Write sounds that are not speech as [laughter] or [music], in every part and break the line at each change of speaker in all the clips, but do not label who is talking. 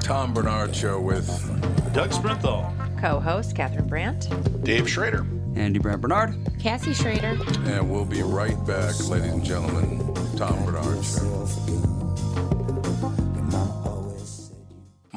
Tom Bernard Show with
Doug Sprinthal.
Co-host Catherine Brandt.
Dave Schrader.
Andy Brad Bernard.
Cassie Schrader.
And we'll be right back, ladies and gentlemen. Tom Bernard Show.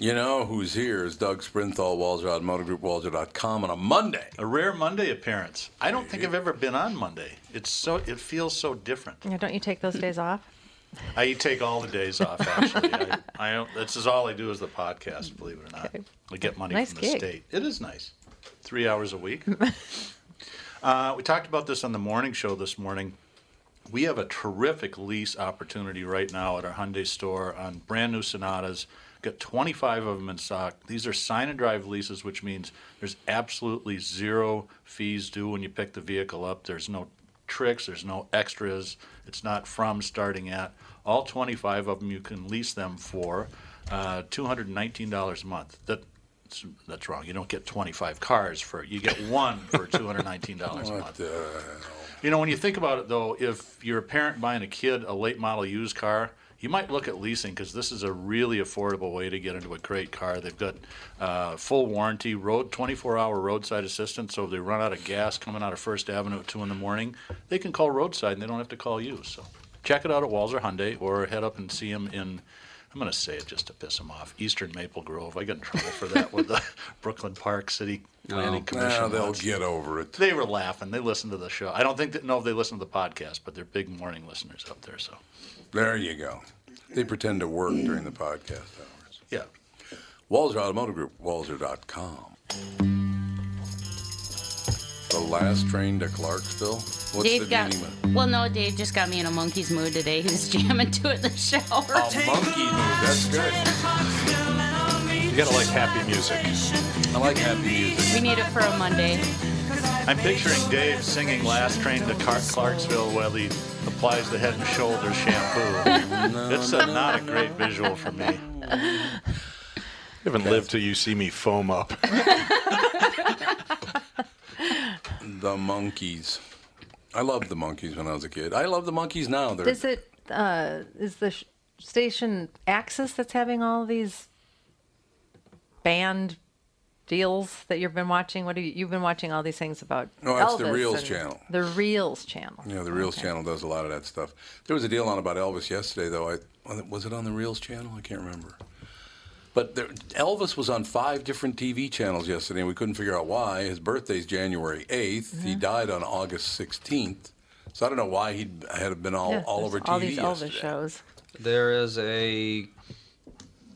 You know who's here is Doug Sprinthal, Walzer Automotive Group, Walzer.com on a Monday.
A rare Monday appearance. I don't think I've ever been on Monday. It's so it feels so different.
Yeah, don't you take those days off?
I take all the
[laughs]
days off. Actually, I, I don't. This is all I do is the podcast. Believe it or not, I get money
Nice
from the
gig.
state. It is nice. Three hours
[laughs]
a week. uh, we talked about this on the morning show this morning. We have a terrific lease opportunity right now at our Hyundai store on brand new Sonatas. Got 25 of them in stock. These are sign and drive leases, which means there's absolutely zero fees due when you pick the vehicle up. There's no tricks, there's no extras. It's not from starting at. All 25 of them you can lease them for uh, $219 a month. That that's wrong. You don't get 25 cars for you get one for $219 a month. You know, when you think about it, though, if you're a parent buying a kid a late model used car, you might look at leasing because this is a really affordable way to get into a great car. They've got uh, full warranty, road 24-hour roadside assistance. So if they run out of gas coming out of First Avenue at two in the morning, they can call roadside and they don't have to call you. So check it out at Walzer Hyundai or head up and see them in. I'm going to say it just to piss them off. Eastern Maple Grove. I got in trouble for that with
[laughs]
the Brooklyn Park City Planning Commission.
Now Oh, they'll
once.
get over it.
They were laughing. They listened to the show. I don't think that, no, they listen to the podcast, but they're big morning listeners up there. So,
There you go. They pretend to work during the podcast hours.
yeah.
Walzer Automotive Group, Walzer.com. The last train to Clarksville? What's
Dave
the
got.
meaning of
Well, no, Dave just got me in a monkey's mood today. He was [laughs] jamming to it in the shower.
A monkey move. That's good.
You gotta like happy music.
I like happy music.
We need it for a Monday.
I'm picturing Dave singing Last Train to Car- Clarksville while he applies the head and shoulders shampoo.
[laughs]
it's a, not a great visual for me.
You haven't lived till you see me foam up.
The monkeys. I loved the monkeys when I was a kid. I love the monkeys now. They're
Is it uh, is the sh- station Axis that's having all these band deals that you've been watching? What have you, you've been watching all these things about?
No, it's the
Elvis
Reels
and-
channel.
The Reels channel.
Yeah, the Reels channel does a lot of that stuff. There was a deal on about Elvis yesterday, though. I was it on the Reels channel? I can't remember. But there, Elvis was on five different TV channels yesterday, and we couldn't figure out why. His birthday's January 8th He died on August sixteenth, so I don't know why he had been all
Yeah, there's
all over TV.
All these Elvis
yesterday.
shows.
There is a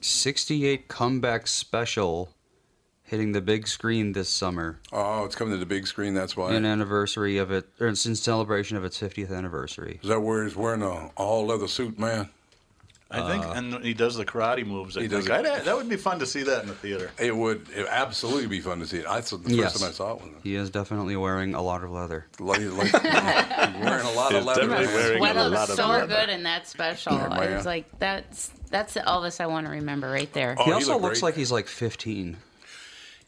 68 comeback special hitting the big screen this summer
Oh, it's coming to the big screen. That's why.
in anniversary of it, or in celebration of its 50th anniversary.
Is that where he's wearing a all leather suit, man?
I think, and he does the karate moves. I
Uh, He
think
does it.
I'd, that would be fun to see that in the theater.
It would it would absolutely be fun to see it. I saw the first
Yes.
time I saw it was
He is definitely wearing a lot of leather.
like, like, wearing a lot of
He's
leather.
definitely
man.
wearing-
Sweat
a lot
was
of
so
leather.
good in that special. I
yeah. uh,
was like, that's that's the Elvis I want to remember right there.
Oh,
he
he
also
looked
looks
great.
like he's like 15.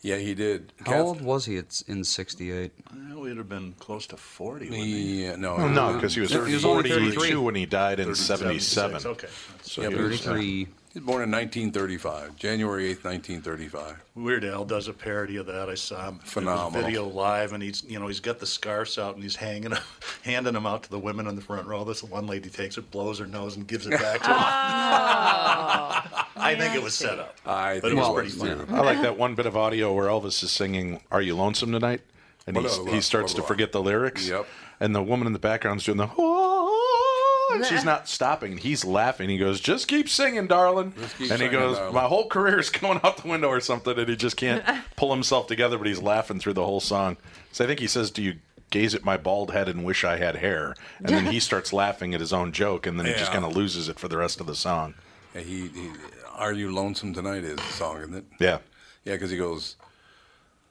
Yeah, he did.
How
Kath-
old was he? It's in 68.
Well, We'd have been close to 40. wouldn't he?
Yeah, no,
No, because he was
He was only 33.
42 when he died in 77.
76, Okay. So uh,
Yeah, but he was- uh,
33.
he was born in 1935, January 8th, 1935.
Weird Al does a parody of that. I saw him. It was
Phenomenal.
video live, and he's you know he's got the scarves out and he's hanging, 'em- [laughs] handing them out to the women in the front row. This one lady takes it, blows her nose, and gives it back to him.
[laughs]
I think it was set up.
[laughs]
[laughs]
I
But it
think
was
so,
pretty
too.
funny.
I like that one bit of audio where Elvis is singing "Are You Lonesome Tonight," and he's,
Blah, blah,
he starts
blah,
to
blah.
forget the lyrics.
Yep.
And the woman in the background's doing the. "Oh," and She's not stopping. and He's laughing. He goes, "Just keep singing, darling."
Just keep
and he
singing,
goes,
darling.
"My whole career is [laughs] going out the window or something," and he just can't pull himself together. But he's laughing through the whole song. So I think he says, "Do you?" Gaze at my bald head and wish I had hair, and then he starts laughing at his own joke, and then he just
Yeah.
kind of loses it for the rest of the song.
Yeah, he, he, Are You Lonesome Tonight is the song, isn't it?
Yeah,
Yeah, because he goes,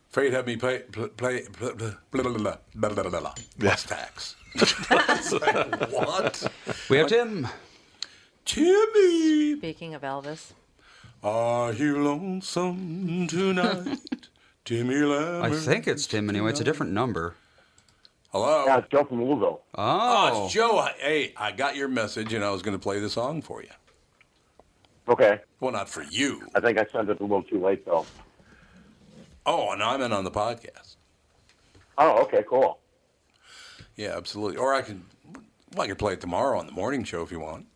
Fate had me play, pl- play, pl- pl- blah, blah, blah, blah, blah, blah, blah, plus tax. It's like, what?
We have Tim.
Timmy,
Speaking of Elvis,
are you lonesome tonight? Timmy Lammer.
I think it's Tim anyway. It's a different number.
Hello?
Yeah, it's Joe from Louisville.
Oh,
[laughs] Oh,
it's Joe. I- Hey, I got your message, and I was going to play the song for you.
Okay.
Well, not for you.
I think I sent it a little too late, though.
Oh, and I'm in on the podcast.
Oh, okay, cool.
Yeah, absolutely. Or I can, well, I can play it tomorrow on the morning show if you want.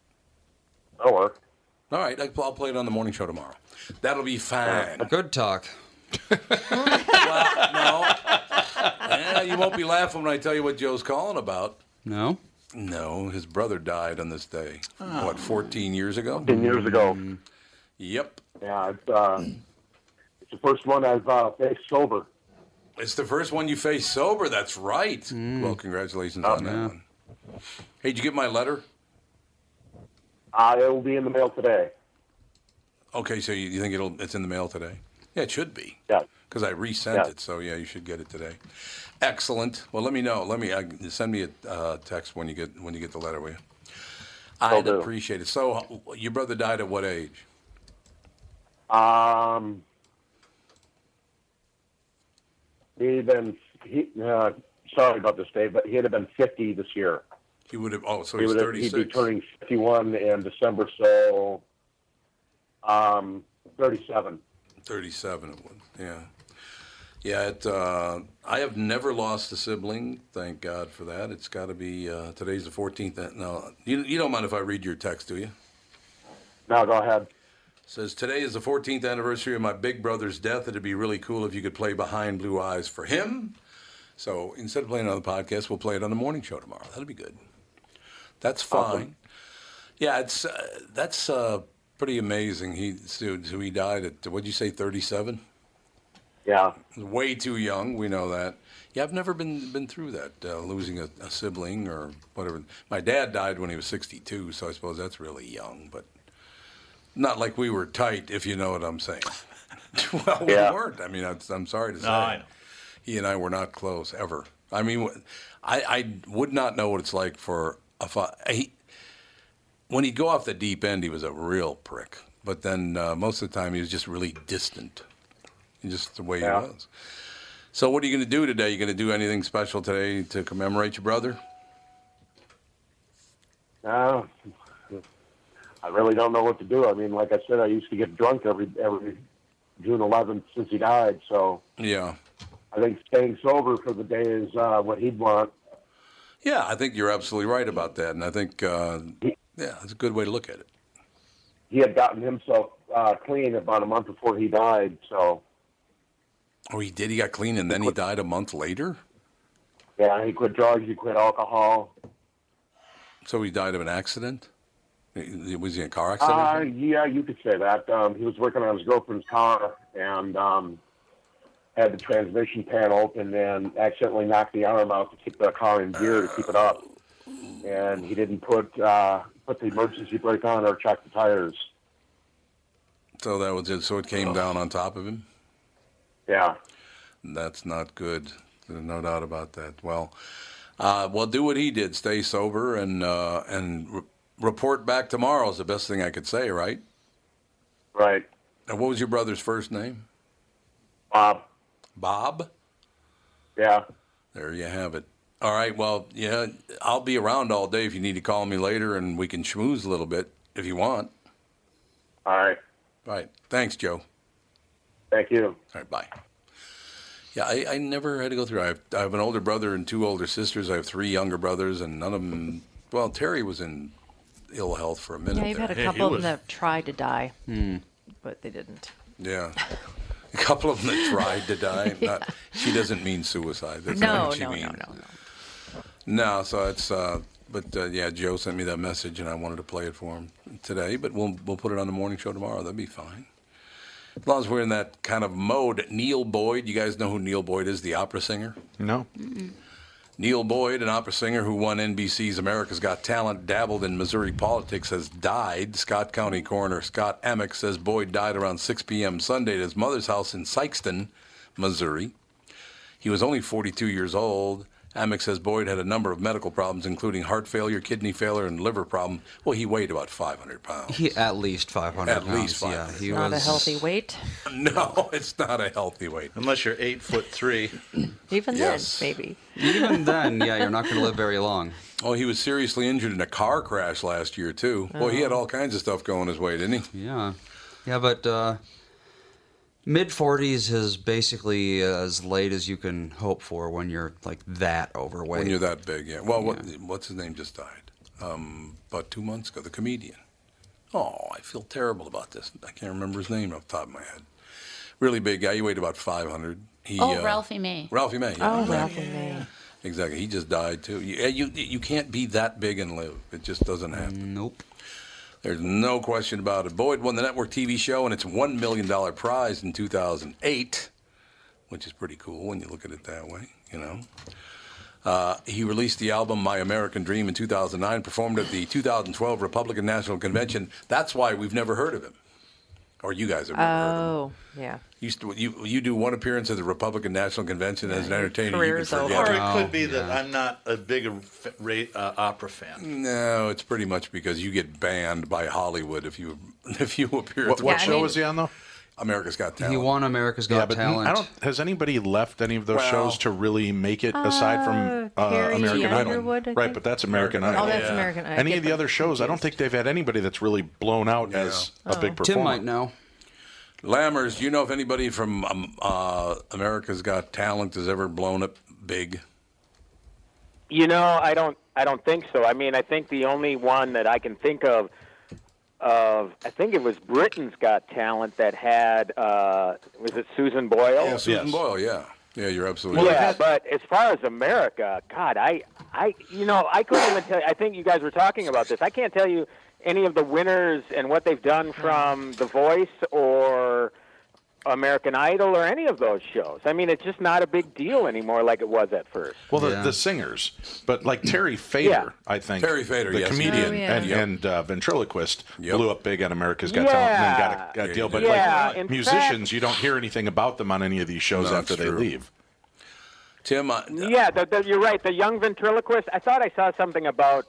That'll work.
All right, I- I'll play it on the morning show tomorrow. That'll be fine.
good talk.
well, no, Eh, you won't be laughing when I tell you what Joe's calling about.
No?
No, his brother died on this day. What, 14 years ago?
10 years ago.
Yep.
Yeah, it's, uh, it's the first one I've uh, faced sober.
It's the first one you face sober. That's right. Well, congratulations on that one. Hey, did you get my letter?
Uh, it'll be in the mail today.
Okay, so you, you think it'll it's in the mail today? Yeah, it should be.
Yeah.
Because I resent
Yeah.
it, so yeah, you should get it today. Excellent. Well, let me know. Let me I, send me a uh, text when you get when you get the letter, will you?
Will
I'd
do.
appreciate it. So, uh, your brother died at what age?
Um, he'd been, he, uh, sorry about this, Dave, but he'd have been 50 this year.
He would have. Oh, so
He
he's
would have, he'd be
thirty-six.
turning 51 in December, so um, 37.
Thirty-seven. It would. Yeah. Yeah. It, uh, I have never lost a sibling. Thank God for that. It's got to be uh, today's the fourteenth. No, you you don't mind if I read your text, do you?
Now go ahead.
Says today is the 14th anniversary of my big brother's death. It'd be really cool if you could play Behind Blue Eyes for him. So instead of playing it on the podcast, we'll play it on the morning show tomorrow. That'll be good. That's fine. Yeah, it's uh, that's uh, pretty amazing. He so, so he died at what'd you say, 37?
Yeah.
Way too young. We know that. Yeah, I've never been been through that uh, losing a, a sibling or whatever. My dad died when he was 62, so I suppose that's really young, but not like we were tight, if you know what I'm saying. [laughs] well, we
Yeah.
weren't. I mean, that's, I'm sorry to say,
No, I know.
he and I were not close ever. I mean, I, I would not know what it's like for a fa- he, when he'd go off the deep end, he was a real prick. But then uh, most of the time, he was just really distant, just the way
Yeah.
he was. So, what are you going to do today? You going to do anything special today to commemorate your brother?
Uh, I really don't know what to do. I mean, like I said, I used to get drunk every every June 11th since he died. So
Yeah,
I think staying sober for the day is uh, what he'd want.
yeah. I think you're absolutely right about that, and I think uh, yeah, that's a good way to look at it.
He had gotten himself uh, clean about a month before he died. So
Oh, he did. He got clean, and then he died a month later.
yeah, he quit drugs, he quit alcohol.
So he died of an accident. Was he in a car accident? or
Uh,
something?
yeah, you could say that. Um, he was working on his girlfriend's car and um, had the transmission pan open and accidentally knocked the arm out to keep the car in gear to keep it up. and he didn't put uh, put the emergency brake on or check the tires.
So that was it. So it came down on top of him.
Yeah.
That's not good. There's no doubt about that. Well, uh, well, do what he did. Stay sober and uh, and re- report back tomorrow is the best thing I could say, right?
Right.
And what was your brother's first name?
Bob.
Bob.
Yeah.
There you have it. All right. Well, yeah, I'll be around all day if you need to call me later, and we can schmooze a little bit if you want.
All right.
All right. Thanks, Joe.
Thank you.
All
[laughs]
right, bye. Yeah, I, I never had to go through. I have, I have an older brother and two older sisters. I have three younger brothers, and none of them. Well, Terry was in ill health for a minute.
Yeah, you've had a
he
there.
couple of them
was-
that tried to die,
Hmm.
but they didn't.
yeah. A couple of them that tried
[laughs]
to die. Not, she doesn't mean suicide. That's not
No,
what she
no, no,
means.
no, no.
No, so it's uh, but uh, yeah, Joe sent me that message, and I wanted to play it for him today. But we'll we'll put it on the morning show tomorrow. That'd be fine. As long as we're in that kind of mode. Neil Boyd, you guys know who Neil Boyd is, the opera singer.
No.
Neil Boyd, an opera singer who won NBC's America's Got Talent, dabbled in Missouri politics, has died. Scott County Coroner Scott Amick says Boyd died around 6 p.m. Sunday at his mother's house in Sykeston, Missouri. He was only 42 years old. Amick says Boyd had a number of medical problems, including heart failure, kidney failure, and liver problem. Well, he weighed about 500 pounds.
He at least 500
At
pounds.
least
Yeah,
500.
he
Not
was
a
[laughs]
healthy weight.
no, it's not a healthy weight.
Unless you're eight foot three.
Even
Yes.
then, maybe.
Even then, yeah, you're not
[laughs]
going to live very long.
Oh, he was seriously injured in a car crash last year, too. Boy, he had all kinds of stuff going his way, didn't he?
Yeah, yeah, but uh, mid 40s is basically as late as you can hope for when you're like that overweight.
When you're that big, yeah. Well, what, what's his name just died? Um, about two months ago, the comedian. Oh, I feel terrible about this. I can't remember his name off the top of my head. Really big guy. He weighed about 500. He,
Oh,
uh,
Ralphie May.
Ralphie May. yeah,
Oh,
exactly.
Ralphie May.
Exactly. He just died too. You, eh, you you can't be that big and live. It just doesn't happen.
nope.
There's no question about it. Boyd won the network TV show and its $1 million prize in 2008, which is pretty cool when you look at it that way, you know. Uh, he released the album My American Dream in 2009, performed at the 2012 Republican National Convention. That's why we've never heard of him. Or you guys have never heard of him.
Oh, yeah.
You, st- you, you do one appearance at the Republican National Convention as an entertainer. You
career's
can
over.
forget
Or
it.
it could be
Oh,
that I'm not a big a f- ra- uh, opera fan.
No, it's pretty much because you get banned by Hollywood if you [laughs] if you appear at
What,
the
what
I
show
mean-
was he on though?
America's Got Talent.
He won America's Got Talent.
I don't. Has anybody left any of those
Well-
shows to really make it aside from
Uh,
uh,
Carrie
American
Underwood, I
Idol? Right,
think.
but that's American
Oh,
Idol.
that's American Idol.
Any
Get
of the
them
other shows, I don't think
confused.
they've had anybody that's really blown out as
Oh.
a big performer.
Tim might know.
Lammers, do you know if anybody from um, uh, America's Got Talent has ever blown up big?
You know, I don't. I don't think so. I mean, I think the only one that I can think of, of I think it was Britain's Got Talent that had uh, was it Susan Boyle?
Susan
Yes.
Boyle, yeah. Yeah, you're absolutely
Yeah,
right.
but as far as America, God, I, I, you know, I couldn't even tell. I think you guys were talking about this. I can't tell you any of the winners and what they've done from The Voice or American Idol or any of those shows. I mean, it's just not a big deal anymore like it was at first.
Well, the,
Yeah.
the singers, but like Terry Fader,
Yeah.
I think
Terry Fader,
the
yes.
comedian
Oh, yeah.
and,
Yep.
and uh, ventriloquist,
Yep.
blew up big on America's Got Talent and then got a,
Yeah.
a deal. But
Yeah,
like
in
musicians,
fact-
you don't hear anything about them on any of these shows
No,
after
that's
they
true.
leave.
Tim, uh, I,
Yeah, the, the, you're right. The young ventriloquist. I thought I saw something about.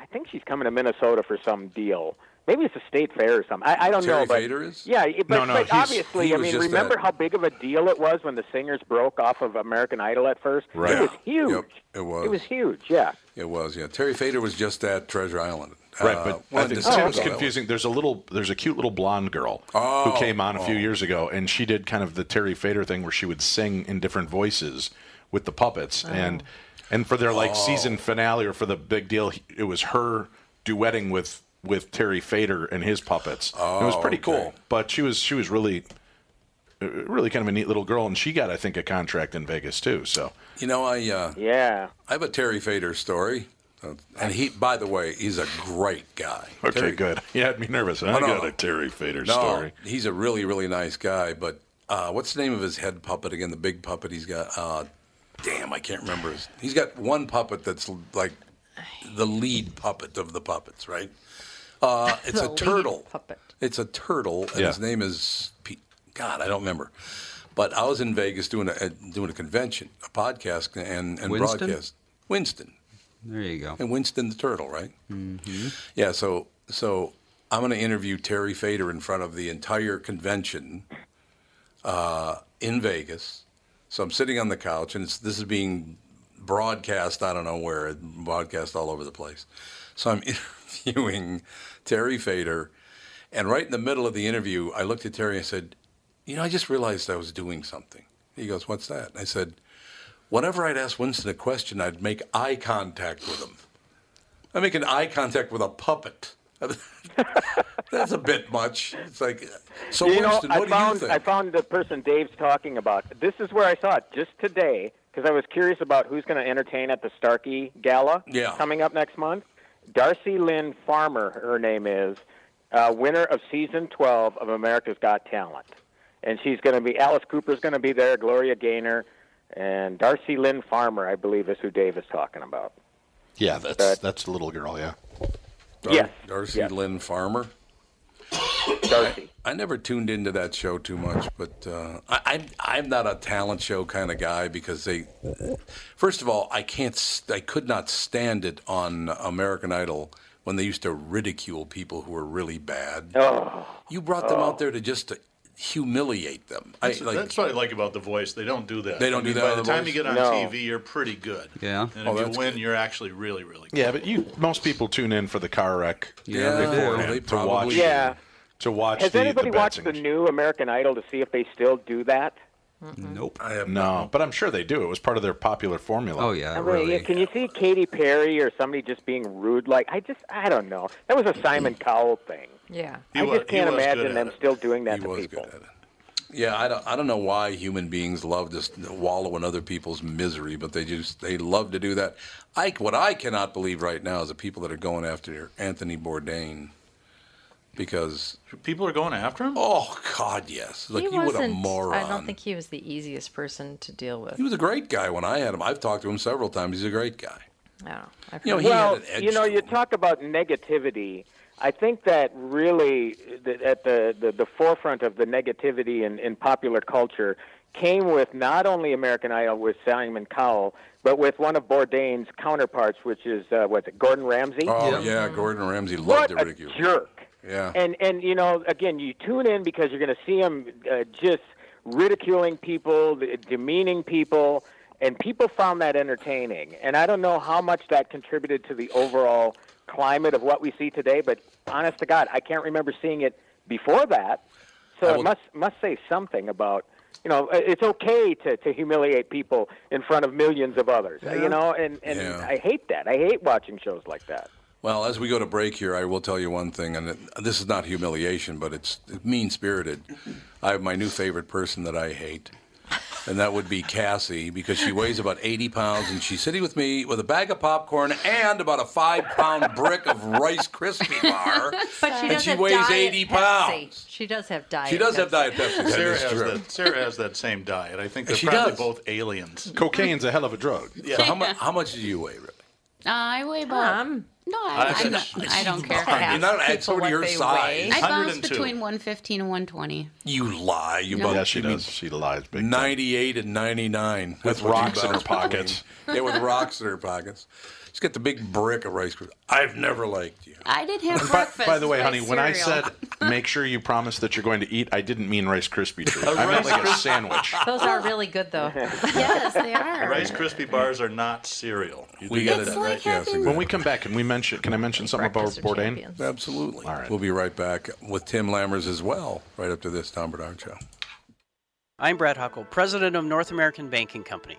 I think she's coming to Minnesota for some deal. Maybe it's a state fair or something. I, I don't
Terry
know. But
Fader is?
yeah, it- but,
No, no,
but
he's-
obviously,
he
I
was
mean,
just
remember
that-
how big of a deal it was when the singers broke off of American Idol at first?
Right.
It was huge.
Yep, it was.
It was huge. Yeah.
it was, yeah. Terry Fader was just at Treasure Island.
Right,
Uh,
but I
one
think
December
Tim's
ago, that
confusing. There's a little, there's a cute little blonde girl
Oh,
who came on a few
oh.
years ago, and she did kind of the Terry Fader thing where she would sing in different voices with the puppets,
Oh.
and and for their like season finale or for the big deal, he- it was her duetting with with Terry Fader and his puppets. it was
Oh,
pretty
okay.
cool, but she was she was really uh, really kind of a neat little girl, and she got I think a contract in Vegas too. So
was. You know, I uh,
Yeah.
I have a Terry Fader story. Uh, And he, by the way, he's a great guy.
okay,
Terry-
good. [laughs] You had me nervous. I
No, no,
got
no.
a Terry Fader
No,
story.
he's a really, really nice guy. But uh, what's the name of his head puppet again? The big puppet he's got. Uh, damn, I can't remember. His, he's got one puppet that's like the lead puppet of the puppets, right? Uh,
[laughs]
it's
The
a
lead
turtle.
puppet.
It's a turtle, and
Yeah.
his name is Pete. God, I don't remember. But I was in Vegas doing a uh, doing a convention, a podcast, and and
Winston?
broadcast. Winston
There you go.
and Winston the turtle, right? Mm-hmm. Yeah. So so I'm going to interview Terry Fader in front of the entire convention uh, in Vegas. So I'm sitting on the couch, and it's, this is being broadcast. I don't know where, broadcast all over the place. So I'm [laughs] interviewing Terry Fader, and right in the middle of the interview, I looked at Terry and I said, "You know, I just realized I was doing something." He goes, "What's that?" I said, "Whenever I'd ask Winston a question, I'd make eye contact with him. I'm making eye contact with a puppet." [laughs] That's a bit much. It's like, so
you know,
Winston,
I
what do you
found
think?
I found the person Dave's talking about. This is where I saw it just today because I was curious about who's going to entertain at the Starkey Gala
Yeah.
coming up next month. Darcy Lynn Farmer, her name is, uh, winner of season 12 of America's Got Talent, and she's going to be Alice Cooper's going to be there, Gloria Gaynor, and Darcy Lynn Farmer, I believe, is who Dave is talking about.
Yeah, that's that's the little girl. Yeah.
Dar-
Yes.
Darcy
Yes.
Lynn Farmer.
Darcy.
I never tuned into that show too much, but uh, I, I'm I'm not a talent show kind of guy because they, first of all, I can't st- I could not stand it on American Idol when they used to ridicule people who were really bad. You brought them out there to just to humiliate them. I,
That's,
like,
that's what I like about The Voice. They don't do that.
They don't
I mean,
do that
By
on
the
The
time
Voice?
you get on
No.
TV, you're pretty good.
Yeah.
And
Oh,
if
that's
you win,
good.
you're actually really, really good.
Yeah, but you most people tune in for the car wreck.
Yeah, they
yeah,
do.
they
to watch.
probably
Yeah.
To watch.
Has
the,
anybody
the
watched the
bad singers.
new American Idol to see if they still do that?
Nope.
I have
No, but I'm sure they do. It was part of their popular formula.
Oh yeah,
I really-
really.
Can you see Katy Perry or somebody just being rude? Like I just, I don't know. That was a Simon Cowell thing.
Yeah.
He
I
wa-
just
he
can't
was good
imagine
at
them
it.
still doing that
He
to
was
people.
good at it. Yeah, I don't, I don't know why human beings love to s- wallow in other people's misery, but they just they love to do that. I what I cannot believe right now is the people that are going after Anthony Bourdain because
People are going after him.
oh god yes, like
he
you would a
wasn't.
moron.
I don't think he was the easiest person to deal with.
he was a great guy when I had him. I've talked to him several times. He's a great guy.
I don't know. I've
You know,
heard-
he
well,
had an edge
you know,
to
you
him.
talk about negativity. I think that really that at the, the, the forefront of the negativity in, in popular culture came with not only American Idol with Simon Cowell, but with one of Bourdain's counterparts, which is uh, what's it, Gordon Ramsay?
Oh yeah,
Mm-hmm.
Gordon Ramsay loved
what
to
a
ridicule.
jerk!
Yeah.
And and you know, again, you tune in because you're going to see him uh, just ridiculing people, demeaning people, and people found that entertaining. And I don't know how much that contributed to the overall climate of what we see today, but honest to God, I can't remember seeing it before that. So
I
it
will-
must must say something about. You know, uh, it's okay to, to humiliate people in front of millions of others. uh, You know, and, and
Yeah.
I hate that. I hate watching shows like that.
Well, as we go to break here, I will tell you one thing, and it, this is not humiliation, but it's mean spirited. I have my new favorite person that I hate, and that would be Cassie because she weighs about 80 pounds, and she's sitting with me with a bag of popcorn and about a five pound brick of Rice Krispie bar.
[laughs] But she
And
does
she
have
weighs
Diet
80
Pepsi.
pounds.
She does have diet.
She does have
Pepsi.
Diet Pepsi. that
Sarah
is
has,
true.
that, Sarah has that same diet. I think they're
She
probably
does.
both aliens.
Cocaine's a hell of a drug.
So how, much, how much do you weigh, really?
Uh, I weigh about.
Um,
no, I,
I-
I, don't, I don't care.
Ask
You're not at
people
somebody
what
your
they
size.
I bounce
102.
between 115 and 120.
You lie. You
No.
bum-
Yeah, she
you mean
does. She lies big. time.
98 and 99 That's what
rocks
she
in her
bounced between.
pockets.
yeah, with rocks in her pockets. She's got the big brick of Rice Krispies. I've never liked you.
I didn't have
By,
breakfast.
by the way,
with
honey, when I said
cereal.
[laughs] make sure you promise that you're going to eat, I didn't mean Rice Krispie treat. I meant
Rice
like a
[laughs]
sandwich.
Those are really good, [laughs] though.
yes, they are.
Rice Krispie bars are not cereal. You
We
do
got
get
it.
that,
like
right?
having-
Yes, exactly.
When we come back, can we mention? Can I mention something about
Breakfast of
Bourdain?
champions.
Absolutely.
All right.
We'll be right back with Tim Lammers as well, right after this Tom Bernard Show.
I'm Brad Huckle, president of North American Banking Company.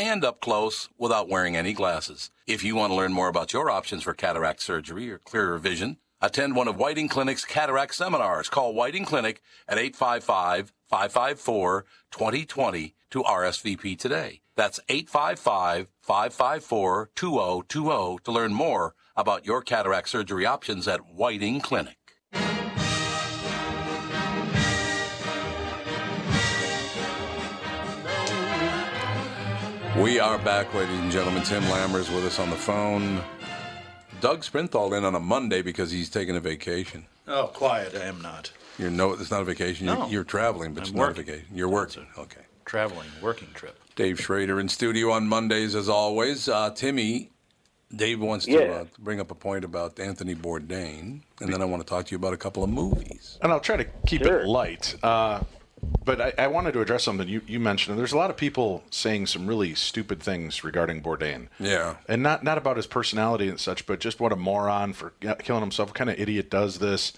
and up close without wearing any glasses. If you want to learn more about your options for cataract surgery or clearer vision, attend one of Whiting Clinic's cataract seminars. Call Whiting Clinic at 855 554 2020 to RSVP today. That's 855 554 2020 to learn more about your cataract surgery options at Whiting Clinic.
We are back, ladies and gentlemen. Tim Lammers with us on the phone. Doug Sprinthal in on a Monday because he's taking a vacation.
Oh, quiet. I am not.
You're no, it's not a vacation. You're,
No.
you're traveling,
I'm
but it's not a
working.
vacation. You're working. Okay.
Traveling, working trip.
Dave Schrader in studio on Mondays, as always. Uh, Timmy, Dave wants to
Yeah.
uh, bring up a point about Anthony Bourdain, and then I want to talk to you about a couple of movies.
And I'll try to keep it light. Uh, but I, I wanted to address something you, you mentioned. There's a lot of people saying some really stupid things regarding Bourdain.
Yeah.
And not, not about his personality and such, but just what a moron for killing himself. What kind of idiot does this?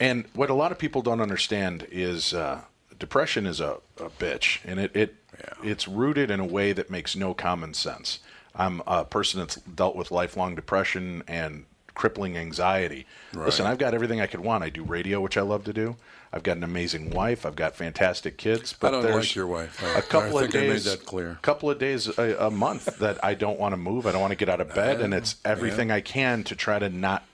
And what a lot of people don't understand is uh, depression is a, a bitch, and it, it it's rooted in a way that makes no common sense. I'm a person that's dealt with lifelong depression and crippling anxiety. Listen,
Right.
I've got everything I could want. I do radio, which I love to do. I've got an amazing wife. I've got fantastic kids. But
I don't
there's
like your wife. I-
A couple
I
of
think I made
days,
that clear.
couple of days a, a
[laughs]
month that I don't want to move. I don't want to get out of bed, and it's
Yeah.
everything I can to try to not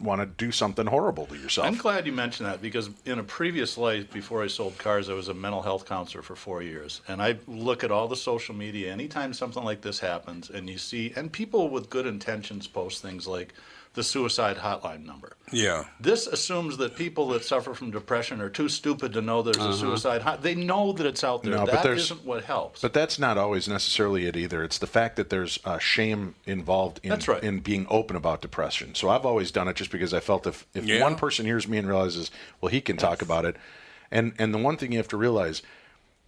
want to do something horrible to yourself.
I'm glad you mentioned that because in a previous life, before I sold cars, I was a mental health counselor for four years. And I look at all the social media anytime something like this happens, and you see, and people with good intentions post things like the suicide hotline number.
Yeah.
This assumes that people that suffer from depression are too stupid to know there's
Uh-huh.
a suicide hot. They know that it's out there.
No, but
That
there's-
not what helps.
But that's not always necessarily it either. It's the fact that there's uh, shame involved in,
That's right.
in being open about depression. So I've always done it just because I felt if, if
Yeah.
one person hears me and realizes, well, he can talk about it. And and the one thing you have to realize,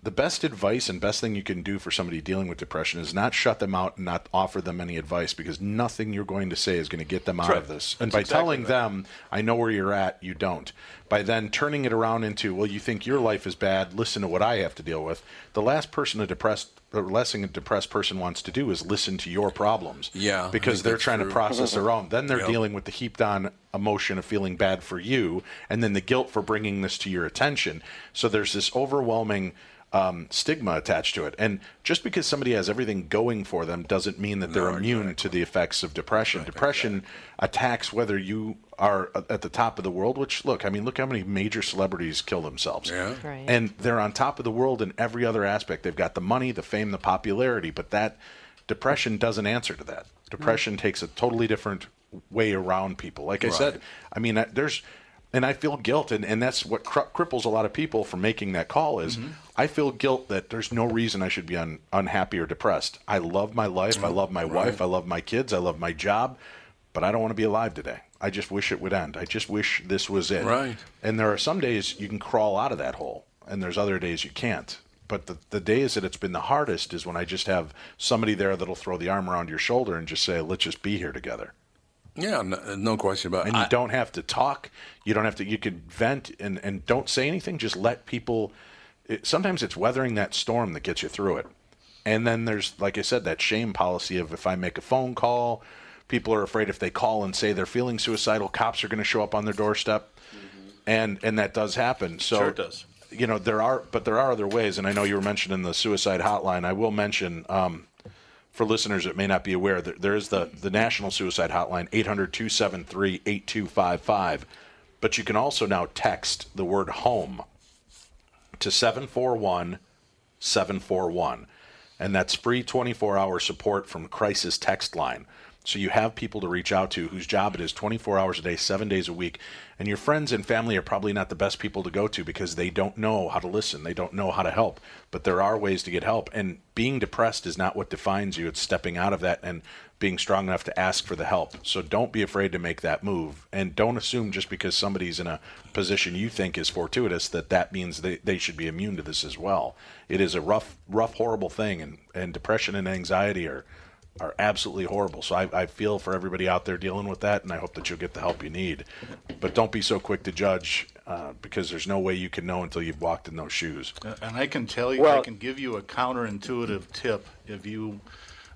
the best advice and best thing you can do for somebody dealing with depression is not shut them out and not offer them any advice because nothing you're going to say is going to get them
That's
out
right.
of this. And
That's
by
exactly
telling
right.
them, I know where you're at, you don't. By then turning it around into, well, you think your life is bad, listen to what I have to deal with. The last person a depressed the last thing a depressed person wants to do is listen to your problems.
Yeah, I
Because
think
they're
that's
trying
true.
to process their own. Then they're
Yep.
dealing with the heaped on emotion of feeling bad for you and then the guilt for bringing this to your attention. So there's this overwhelming um, stigma attached to it. And just because somebody has everything going for them doesn't mean that they're immune to the effects of depression. depression attacks whether you are a- at the top of the world, which, look, I mean, look how many major celebrities kill themselves.
Yeah.
Right.
And they're on top of the world in every other aspect. They've got the money, the fame, the popularity, but that depression doesn't answer to that. Depression takes a totally different way around people. Like I
Right.
said, I mean, I, there's, and I feel guilt, and, and that's what cr- cripples a lot of people from making that call is I feel guilt that there's no reason I should be un, unhappy or depressed. I love my life. I love my wife. I love my kids. I love my job, but I don't want to be alive today. I just wish it would end. I just wish this was it.
Right.
And there are some days you can crawl out of that hole, and there's other days you can't. But the, the days that it's been the hardest is when I just have somebody there that'll throw the arm around your shoulder and just say, let's just be here together.
Yeah, no, no question about it.
And you don't have to talk. You don't have to, you could vent and, and don't say anything. Just let people, it, sometimes it's weathering that storm that gets you through it. And then there's, like I said, that shame policy of if I make a phone call, people are afraid if they call and say they're feeling suicidal, cops are going to show up on their doorstep.
Mm-hmm.
And, and that does happen. So
Sure it does.
you know there are but there are other ways and i know you were mentioning the suicide hotline i will mention um, for listeners that may not be aware there, there is the, the national suicide hotline 800-273-8255 but you can also now text the word home to 741 741 and that's free 24 hour support from crisis text line So you have people to reach out to whose job it is 24 hours a day, seven days a week. And your friends and family are probably not the best people to go to because they don't know how to listen. They don't know how to help. But there are ways to get help. And being depressed is not what defines you, it's stepping out of that and being strong enough to ask for the help. So don't be afraid to make that move. And don't assume just because somebody's in a position you think is fortuitous that that means they, they should be immune to this as well. It is a rough, rough, horrible thing. And, and depression and anxiety are are absolutely horrible. So I, I feel for everybody out there dealing with that, and I hope that you'll get the help you need. But don't be so quick to judge uh, because there's no way you can know until you've walked in those shoes.
Uh, And I can tell you, I can give you a counterintuitive tip if you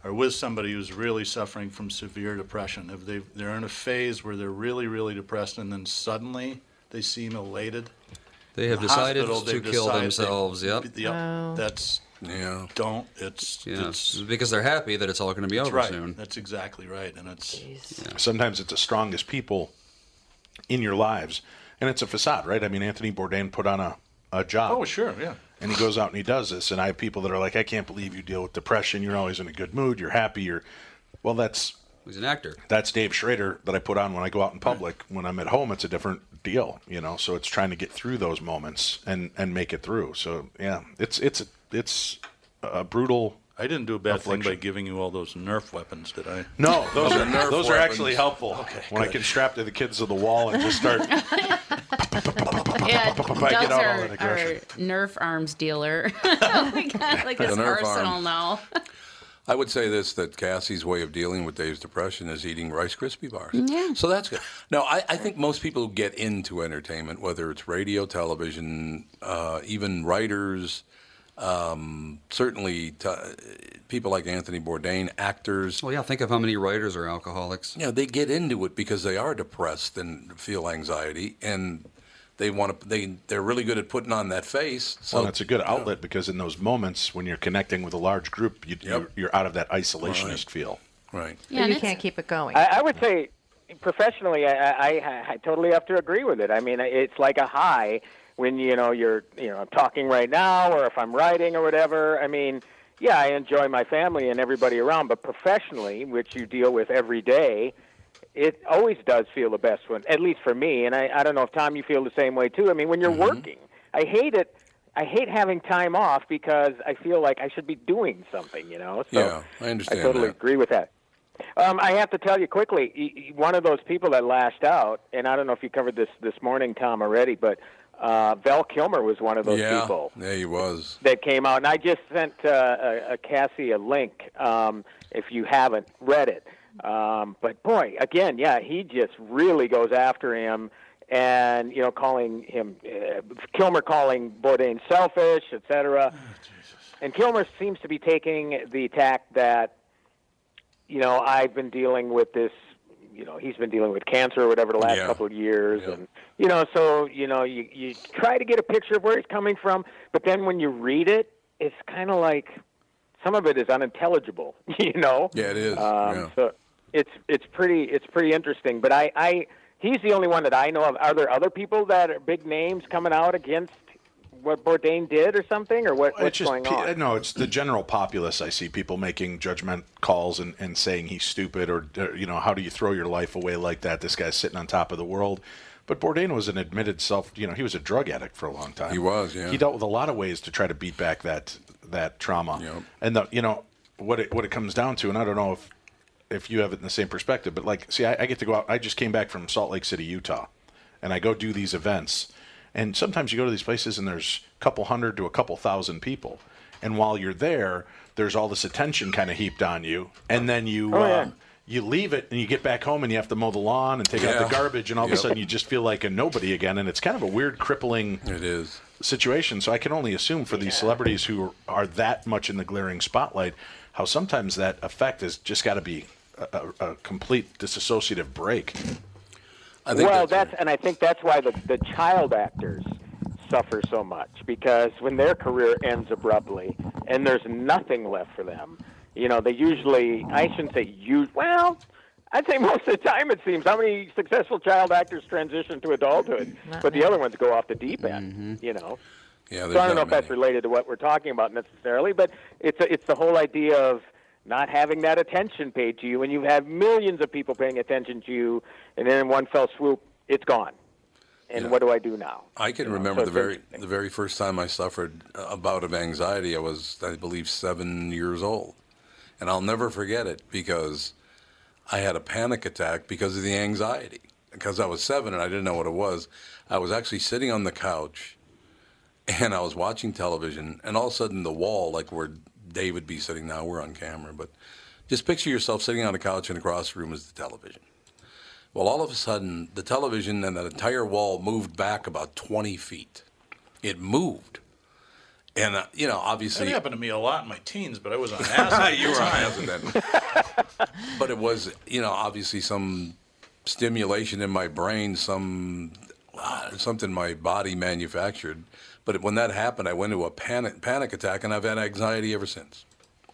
are with somebody who's really suffering from severe depression. If they they're in a phase where they're really really depressed, and then suddenly they seem elated.
[laughs] They have
In the
decided
hospital,
to
they've
kill
decided-
themselves, yep.
Yep.
Wow.
That's
Yeah.
Don't. It's,
Yeah. because they're happy that it's all going to be
that's
over
right.
soon.
That's exactly right, and it's.
Sometimes it's the strongest people in your lives, and it's a facade, right? I mean, Anthony Bourdain put on a, a job.
Oh sure, yeah.
And he goes out and he does this. And I have people that are like, I can't believe you deal with depression. You're always in a good mood. You're happy. You're, well, that's.
He's an actor.
That's Dave Schrader that I put on when I go out in public. When I'm at home, it's a different deal, you know. So it's trying to get through those moments and and make it through. So yeah, it's it's it's a brutal.
I didn't do a bad thing by
Affliction.
giving you all those Nerf weapons, did I?
No, those
The
are
Nerf
those are
weapons.
actually helpful.
Okay,
when I
good.
can strap to the kids to the wall and just start
Yeah,
If I get
Doug's
out all
our,
that aggression.
our Nerf arms
[laughs]
dealer. [laughs] we got like
The
his
Nerf
arsenal
arm.
now.
I would say this that Cassie's way of dealing with Dave's depression is eating Rice Krispie bars.
Yeah.
So that's good. No, I, I think most people who get into entertainment, whether it's radio, television, uh, even writers, um, certainly t- people like Anthony Bourdain, actors.
Well, yeah, think of how many writers are alcoholics.
Yeah, they get into it because they are depressed and feel anxiety, and they want to. They they're really good at putting on that face. So
well, it's a good outlet because in those moments when you're connecting with a large group, you, you're, you're out of that isolationist feel.
Right.
But you can't keep it going.
I, I would say, professionally, I, I, I, I totally have to agree with it. I mean, it's like a high when you know you're you know I'm talking right now, or if I'm writing or whatever. I mean, yeah, I enjoy my family and everybody around, but professionally, which you deal with every day, it always does feel the best one, at least for me. And I, I don't know if Tom, you feel the same way too. I mean, when you're working, I hate it. I hate having time off because I feel like I should be doing something, you know. So
yeah, I understand.
Oh, I totally
that.
agree with that. Um, I have to tell you quickly, y- y- one of those people that lashed out, and I don't know if you covered this this morning, Tom, already, but uh, Val Kilmer was one of those
yeah,
people
yeah, he was.
that came out, and I just sent uh, a, a Cassie a link um, if you haven't read it. Um, but boy, again, yeah, he just really goes after him, and you know, calling him uh, Kilmer calling Bourdain selfish,
Oh,
etc. and Kilmer seems to be taking the tack that you know I've been dealing with this. You know, he's been dealing with cancer or whatever the last
Yeah.
couple of years, and you know, so you know, you you try to get a picture of where he's coming from, but then when you read it, it's kind of like some of it is unintelligible. You know?
Yeah, it is.
Um,
yeah.
So it's it's pretty it's pretty interesting. But I I he's the only one that I know of. Are there other people that are big names coming out against what Bourdain did or something, or what, what's
it's just
going
pe-
on?
no, it's the general populace. I see people making judgment calls and, and saying he's stupid or, or, you know how do you throw your life away like that? This guy's sitting on top of the world. But Bourdain was an admitted self. You know he was a drug addict for a long time.
He was, yeah.
He dealt with a lot of ways to try to beat back that that trauma. And the, you know what it what it comes down to, and I don't know if if you have it in the same perspective, but like, see, I, I get to go out. I just came back from Salt Lake City, Utah, and I go do these events. And sometimes you go to these places and there's a couple hundred to a couple thousand people. And while you're there, there's all this attention kind of heaped on you, and then you
Oh, yeah.
um, you leave it and you get back home and you have to mow the lawn and take out
Yeah.
the garbage, and all
Yep.
of a sudden you just feel like a nobody again. And it's kind of a weird, crippling
it is
situation. So I can only assume for these celebrities who are that much in the glaring spotlight, how sometimes that effect has just got to be a, a, a complete disassociative break.
well, that's, and I think that's why the, the child actors suffer so much because when their career ends abruptly and there's nothing left for them, you know, they usually, I shouldn't say you, well, I'd say most of the time it seems. How many successful child actors transition to adulthood?
Not
but the
many.
other ones go off the deep end, you know.
Yeah,
so
there's
I don't know
not
if that's related to what we're talking about necessarily, but it's a, it's the whole idea of not having that attention paid to you, and you have millions of people paying attention to you, and then in one fell swoop, it's gone. And
Yeah.
what do I do now?
I can
You know,
remember
so
the
it's
very the very first time I suffered uh, a bout of anxiety. I was, I believe, seven years old, and I'll never forget it because I had a panic attack because of the anxiety. Because I was seven and I didn't know what it was. I was actually sitting on the couch, and I was watching television, and all of a sudden the wall, like where Dave would be sitting now, we're on camera, but just picture yourself sitting on a couch, and across the room is the television. Well, all of a sudden, the television and that entire wall moved back about 20 feet. It moved. And, uh, you know,
That
obviously.
happened to me a lot in my teens, but I was on
[laughs]
acid.
you were on acid then. but it was, you know, obviously some stimulation in my brain, some ah, something my body manufactured. But when that happened, I went into a panic panic attack, and I've had anxiety ever since.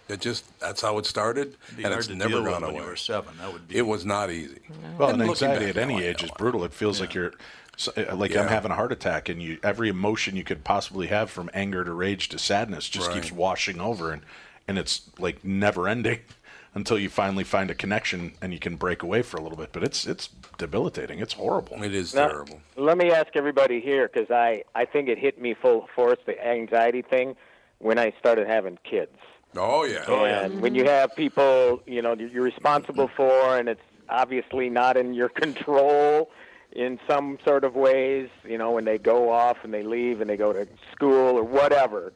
It just that's how it started,
be
and
hard
it's
to
never
deal with
gone
when
away.
you were seven. That would be.
It was not easy.
Well, and
looking
anxiety at
back now,
any
I
age is brutal. It feels like you're so- uh, like I'm
Yeah.
having a heart attack, and you every emotion you could possibly have from anger to rage to sadness just
Right.
keeps washing over, and and it's like never ending [laughs] until you finally find a connection and you can break away for a little bit. But it's it's debilitating. It's horrible.
It is
Now, terrible. Let me ask everybody here because I, I think it hit me full force the anxiety thing when I started having kids.
Oh yeah.
and when you have people, you know, you're responsible for, and it's obviously not in your [laughs] control in some sort of ways, you know, when they go off and they leave and they go to school or whatever,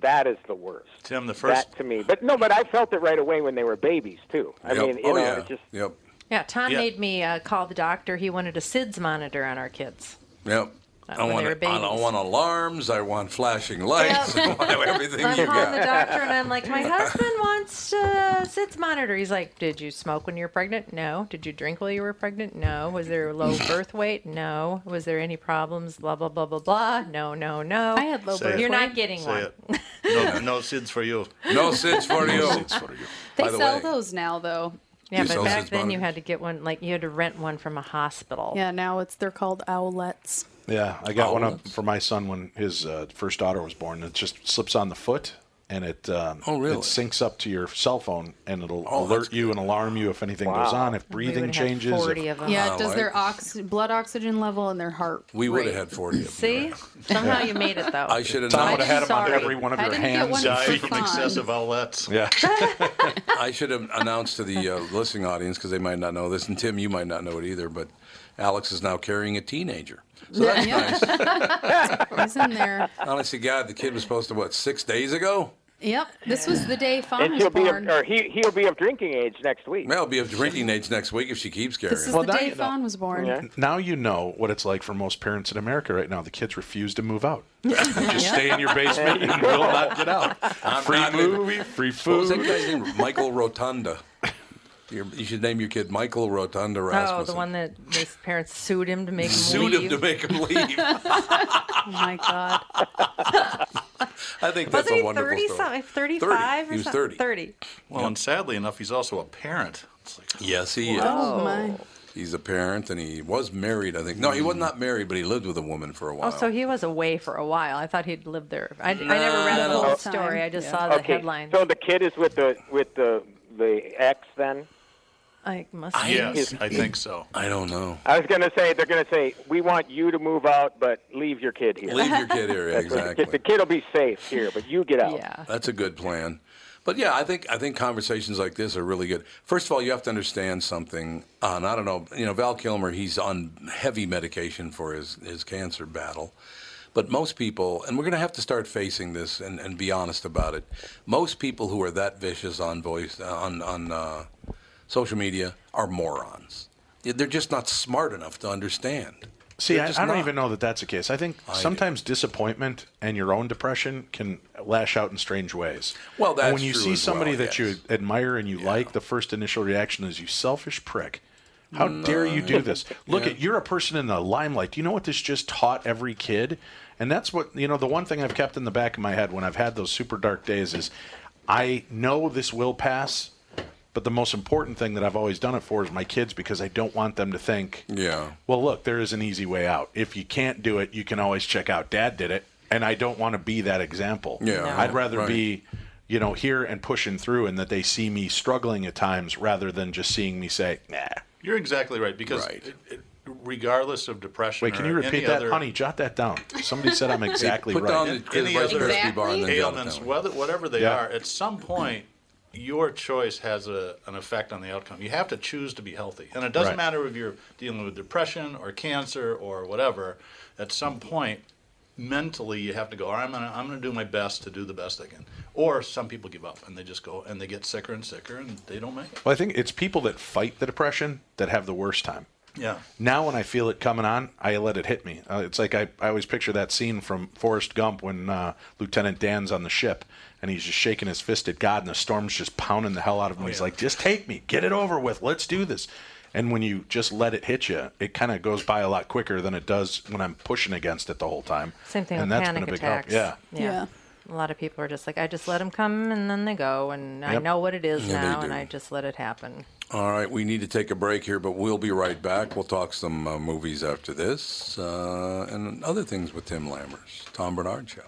that is the worst.
Tim, the first
that to me, but no, but I felt it right away when they were babies too. I
Yep.
mean, you
Oh,
know,
yeah.
it just
Yep.
Yeah, Tom
Yeah.
made me uh, call the doctor. He wanted a SIDS monitor on our kids.
Yep.
Uh,
I
when they
want,
were
I don't
babies.
want alarms. I want flashing lights. [laughs] I want everything
I'm
you
calling
got.
the doctor and I'm
[laughs]
like, my husband wants a SIDS monitor. He's like, did you smoke when you were pregnant? No. Did you drink while you were pregnant? No. Was there a
[laughs]
low birth weight? No. Was there any problems? Blah blah blah blah blah. No no no. I had
Say it.
You're not getting
Say
one.
it. No, no SIDS for you.
[laughs] No SIDS for
No
[laughs]
you.
SIDS for you.
They
By the
sell
way-
those now, though.
Yeah,
You
but
sell
back
SIDS
then you
monitors?
had to get one. Like you had to rent one from a hospital.
Yeah, now it's they're called owlets.
Yeah, I
Oh,
got one up for my son when his uh, first daughter was born. It just slips on the foot, and it um,
Oh, really?
it syncs up to your cell phone, and it'll
Oh, that's
alert you and alarm you if anything goes
Wow.
on, if
We
breathing
would have
changes. if-
40 of them.
Yeah,
I
it does
like
their ox- blood oxygen level and their heart.
We would have
rate.
had 40 of them.
See, somehow you made it though.
[laughs] I should have
Tom
known.
would have had him on every one of
I
your
didn't get
hands.
one
Die
for
from
fun.
excessive outlets.
Yeah.
[laughs] I should have announced to the uh, listening audience because they might not know this, and Tim, you might not know it either. But Alex is now carrying a teenager. So that's
[laughs] He's in there.
nice. Honestly, God, the kid was supposed to what six days ago?
Yep. This was the day Fawn
and
was
she'll be of,
born.
or he he'll be of drinking age next week.
Mel will be of drinking age next week if she keeps carrying.
This is
it.
the day Fawn was born.
N- Now you know what it's like for most parents in America right now. The kids refuse to move out. They just stay in your
[laughs]
basement and will not get out. free movie, free
What was
food.
that guy's name? Michael Rotunda. Your- You should name your kid Michael Rotunda Rasmussen.
Oh, the one that his parents sued him to make him
Sued
leave. [laughs]
him to make him leave.
Oh my God.
I think that's
Wasn't
a
he
wonderful
30
story.
something, 35 or
He was
something?
30.
30.
Well, and sadly enough, he's also a parent. It's like, oh,
Yes,
Wow.
he is.
Oh, my.
He's a parent, and he was married. I think. No, he was not married, but he lived with a woman for a
Oh,
while.
so he was away for a while. I thought he'd lived there. I, I never read the
no, no.
whole story. I just saw the
okay,
headline.
So the kid is with the with the the ex then.
I must.
yes, I think so.
I don't know.
I was going to say they're going to say we want you to move out, but leave your kid here.
Leave your kid
[laughs]
here, yeah,
That's what the kid-
exactly.
The kid will be safe here, but you get out. Yeah.
That's a good plan. But yeah, I think I think conversations like this are really good. First of all, you have to understand something. Uh, and I don't know, you know, Val Kilmer, he's on heavy medication for his his cancer battle. But most people, and we're going to have to start facing this and, and be honest about it. Most people who are that vicious on voice on on uh, social media are morons. They're just not smart enough to understand.
See,
They're
I, I
just
don't
not.
even know that that's the case. I think
I do.
sometimes disappointment and your own depression can lash out in strange ways.
Well,
And
that's
when you
true
see
as well,
somebody that you admire and you like, the first initial reaction is you selfish prick. How dare you do this? Look
Mm. Yeah.
at you're a person in the limelight. Do you know what this just taught every kid? And that's what you know, the one thing I've kept in the back of my head when I've had those super dark days is I know this will pass, but the most important thing that I've always done it for is my kids because I don't want them to think
Yeah.
well, look, there is an easy way out. If you can't do it, you can always check out Dad did it. And I don't want to be that example.
Yeah, No.
I'd rather
right.
be, you you know, here and pushing through, and that they see me struggling at times rather than just seeing me say, nah.
You're exactly right because it- it- regardless of depression,
Wait, can
or
you
any
repeat that?
other-
Honey, jot that down. Somebody
[laughs]
said I'm exactly right.
any other ailments, whether, whatever they
Yeah.
are, at some point, your choice has a, an effect on the outcome. You have to choose to be healthy, and it doesn't
Right.
matter if you're dealing with depression or cancer or whatever. At some point, mentally, you have to go. "All right, I'm gonna, I'm gonna do my best to do the best I can. Or some people give up and they just go and they get sicker and sicker and they don't make it.
Well, I think it's people that fight the depression that have the worst time.
Yeah.
Now, when I feel it coming on, I let it hit me. Uh, it's like I, I always picture that scene from Forrest Gump when uh, Lieutenant Dan's on the ship and he's just shaking his fist at God and the storm's just pounding the hell out of
Oh,
him. he's like, just take me, get it over with, let's do this. And when you just let it hit you, it kind of goes by a lot quicker than it does when I'm pushing against it the whole time.
Same thing
and
with
that's
panic
been a big help.
attacks.
Yeah.
yeah. A lot of people are just like, I just let them come and then they go, and I
Yep.
know what it is
Yeah, they
now, and
do.
I just let it happen.
All right, we need to take a break here, but we'll be right back. We'll talk some uh, movies after this uh, and other things with Tim Lammers, Tom Bernard Show.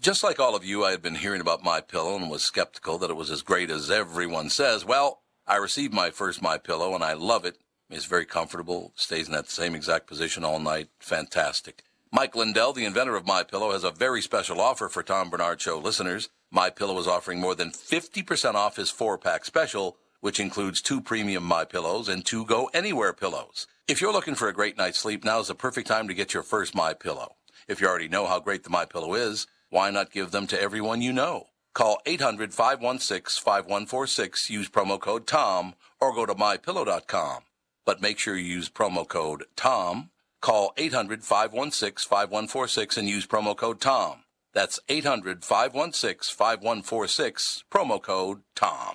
Just like all of you, I had been hearing about My Pillow and was skeptical that it was as great as everyone says. Well, I received my first My Pillow and I love it. It's very comfortable, stays in that same exact position all night. Fantastic. Mike Lindell, the inventor of My Pillow, has a very special offer for Tom Bernard Show listeners. My Pillow is offering more than 50% off his four-pack special, which includes two premium My Pillows and two Go Anywhere pillows. If you're looking for a great night's sleep, now is the perfect time to get your first My Pillow. If you already know how great the My Pillow is, why not give them to everyone you know? Call 800 516 5146, use promo code TOM, or go to mypillow.com. But make sure you use promo code TOM. Call 800 516 5146 and use promo code TOM. That's 800 516 5146, promo code TOM.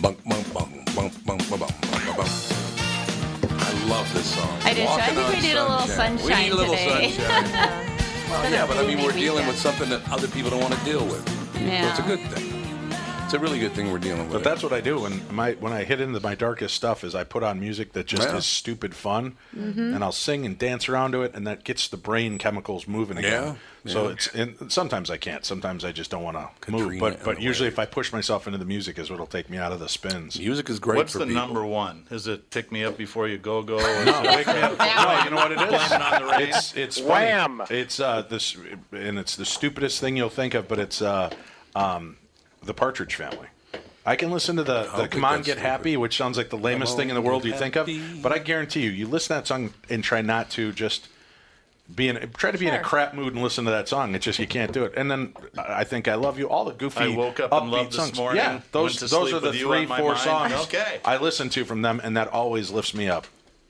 Bunk, bunk, bunk, bunk, bunk, bunk, bunk, bunk, bunk. I love this song.
I did. too. I
Walking
think
on
we need a little sunshine
We need a little
today. [laughs]
sunshine. Well, yeah, but I mean, we're
Maybe
dealing with something that other people don't want to deal with. So it's
[laughs]
a
Yeah.
good thing. It's a really good thing we're dealing with.
But that's what I do when my when I hit into my darkest stuff is I put on music that just
Yeah.
is stupid fun,
Mhm.
and I'll sing and dance around to it, and that gets the brain chemicals moving again.
Yeah,
So
yeah.
it's and sometimes I can't. Sometimes I just don't want to move. But but usually if I push myself into the music is what'll take me out of the spins.
Music is
What's the number one? Is it pick me up before you go go?
No, wake me up. No, you know what it
Blame
is.
it on the rain.
It's it's funny. It's uh this and it's the stupidest thing you'll think of, but it's uh um the Partridge Family. I can listen to the, the
think
"Come on,
that's
Get
stupid.
Happy," which sounds like the lamest
Come
thing in the
on,
world
get
you think of, but I guarantee you, you listen to that song and try not to just be in try to be in a
Sure.
crap mood and listen to that song. It's just you can't do it. And then I I think I love you. All the goofy,
I woke up in
upbeat
love this
songs.
morning,
Yeah, those
went to
those
sleep
are the
with you
three
on my
four
mind.
songs
Okay.
I listen to from them, and that always lifts me up.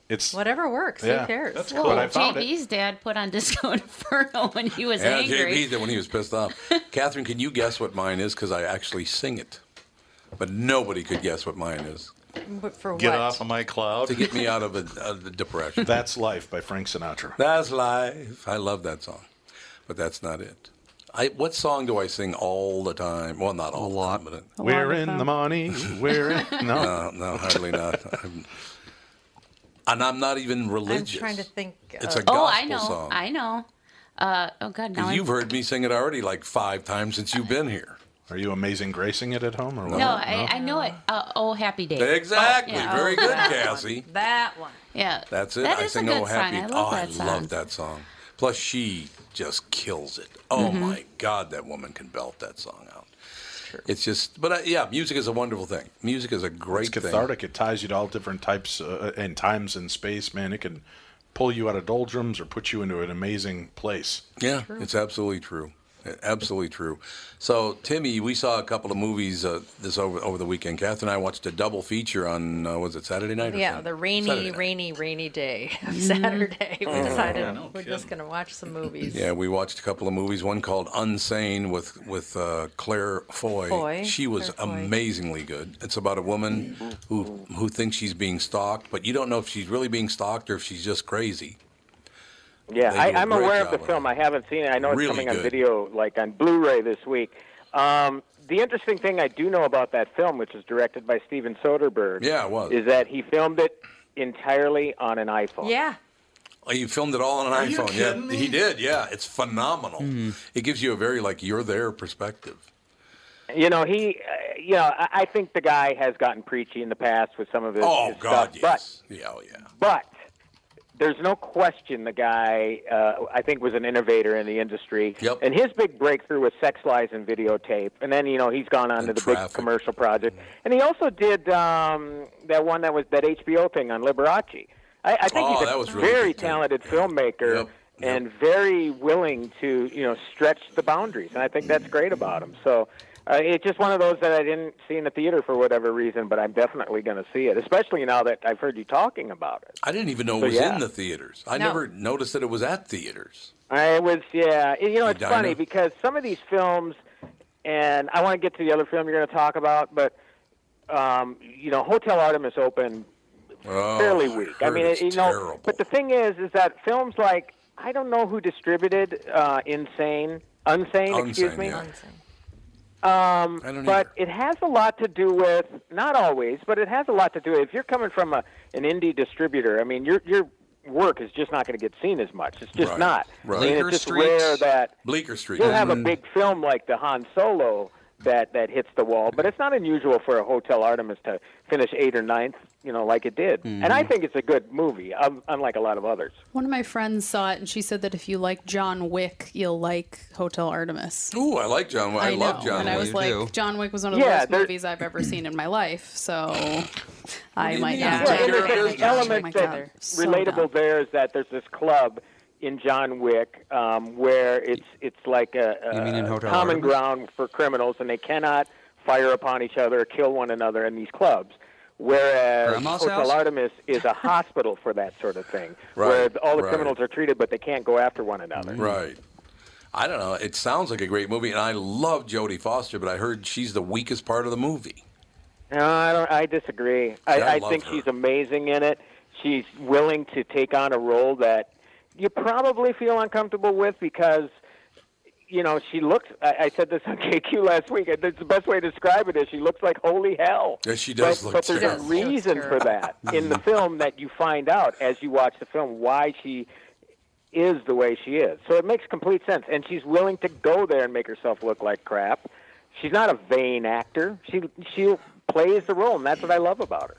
It's
Whatever works.
[laughs] Yeah.
Who cares?
That's
Well,
But I found
JB's dad put on [laughs] Disco Inferno when he was
yeah,
angry.
JB did when he was
[laughs]
pissed off. Catherine, can you guess what mine is? Because I actually sing it, but nobody could guess what mine is.
But for
Get
what?
off
of my cloud
to [laughs] get me out of a, a depression.
That's life by Frank Sinatra.
That's life. I love that song, but that's not it. I, what song do I sing all the time? Well, not all a lot. The time, but
We're in
uh,
the money. We're in
[laughs]
[laughs] no,
no.
no, hardly not. I'm, and I'm not even
I'm
religious.
trying to think.
It's
of-
a
oh, I
gospel
know.
song.
I know. Uh, oh God, now
'Cause
I'm
You've heard me sing it already like five times since you've been here.
Are you amazing gracing it at home or
No,
what?
I, I know it. Uh, oh, happy day.
Exactly.
Yeah.
Very
Oh,
good, [laughs]
that one.
Cassie.
That one. Yeah.
That's it.
That
I
is
sing
a good
Oh Happy.
song. I
oh,
love that
I
song.
love that song. Plus, she just kills it. Oh
Mhm.
my God, that woman can belt that song out. It's just, but uh, yeah, music is a wonderful thing. Music is a great
it's cathartic. It ties you to all different types uh, and times and space, man. It can pull you out of doldrums or put you into an amazing place.
Yeah, it's absolutely true. Absolutely true. So, Timmy, we saw a couple of movies uh, this over over the weekend. Kath and I watched a double feature on uh, was it Saturday night? Or
Yeah,
Sunday?
the rainy,
Saturday night.
rainy, rainy day of Saturday. We
Oh,
decided
yeah, no
we're just going to watch some movies.
Yeah, we watched a couple of movies. One called Unsane with with uh, Claire Foy.
Foy,
She was
Claire Foy.
amazingly good. It's about a woman who who thinks she's being stalked, but you don't know if she's really being stalked or if she's just crazy.
Yeah,
They
I,
do a
I'm
great
aware of
job
the
with
film. I haven't seen it. I know it's
Really
coming on
good.
video, like on Blu-ray this week. Um, the interesting thing I do know about that film, which is directed by Steven Soderbergh,
Yeah, it was.
is that he filmed it entirely on an iPhone.
Yeah.
Oh, you filmed it all on an
Are you
iPhone.
kidding
yeah,
me?
he did. Yeah, it's phenomenal.
Hmm.
It gives you a very like you're there perspective.
You know, he, uh, you know, I, I think the guy has gotten preachy in the past with some of his,
Oh,
his
God,
stuff,
yes. Yeah, oh, yeah.
but but there's no question the guy uh, I think was an innovator in the industry.
Yep.
And his big breakthrough was Sex Lies and Videotape, and then you know he's gone on to the big commercial project, and he also did um, that one that was that HBO thing on Liberace. I, I think
Oh,
he's
that
a
was really
very
good, too.
talented filmmaker. And very willing to, you know, stretch the boundaries, and I think that's great about him. So, uh, it's just one of those that I didn't see in the theater for whatever reason, but I'm definitely going to see it, especially now that I've heard you talking about it.
I didn't even know it
So,
was
yeah.
in the theaters. I
No.
never noticed that it was at theaters.
I was, yeah. You know, it's
Medina.
funny because some of these films, and I want to get to the other film you're going to talk about, but um, you know, Hotel Artemis opened
Oh,
fairly weak. I
heard
mean,
it's
you know,
terrible.
but the thing is, is that films like I don't know who distributed uh, Insane, Unsane, excuse
Unsane,
me.
yeah.
Um,
I don't
but it has a lot to do with not always, but it has a lot to do. If you're coming from a an indie distributor, I mean, your your work is just not going to get seen as much. It's just
Right,
not.
right.
I mean,
Bleecker
it's just
Street.
rare that
Bleecker Street. Mm-hmm.
you'll have a big film like the Han Solo that that hits the wall, but it's not unusual for a Hotel Artemis to finish eighth or ninth, you know, like it did. And I think it's a good movie, um, unlike a lot of others.
One of my friends saw it and she said that if you like John Wick, you'll like Hotel Artemis.
Ooh, I like John. Wick. I,
know.
love John.
And I
Wick.
was like, John Wick was one of the
Yeah,
worst
there-
movies I've ever seen in my life, so I might
Yeah,
not.
and there's an element
[laughs] Oh my God,
that's
so
relatable
dumb.
there is that there's this club in John Wick um, where it's it's like a, a
You mean in Hotel
common
Artemis?
ground for criminals, and they cannot fire upon each other or kill one another in these clubs. Whereas
Grandma's
Hotel
house?
Artemis is
[laughs]
a hospital for that sort of thing,
Right,
where all the
right.
criminals are treated, but they can't go after one
Mm.
another.
Right. I don't know. It sounds like a great movie, and I love Jodie Foster, but I heard she's the weakest part of the movie.
No, I don't. I disagree. I,
Yeah, I
I,
love
think
her.
she's amazing in it. She's willing to take on a role that you probably feel uncomfortable with because, you know, she looks. I, I said this on [laughs] KQ last week. and that's The best way to describe it is she looks like holy hell.
Yeah, she does
But,
look
but there's
terrible. Mm-hmm.
a reason for that in the film that you find out as you watch the film why she is the way she is. So it makes complete sense. And she's willing to go there and make herself look like crap. She's not a vain actor. She she plays the role, and that's what I love about her.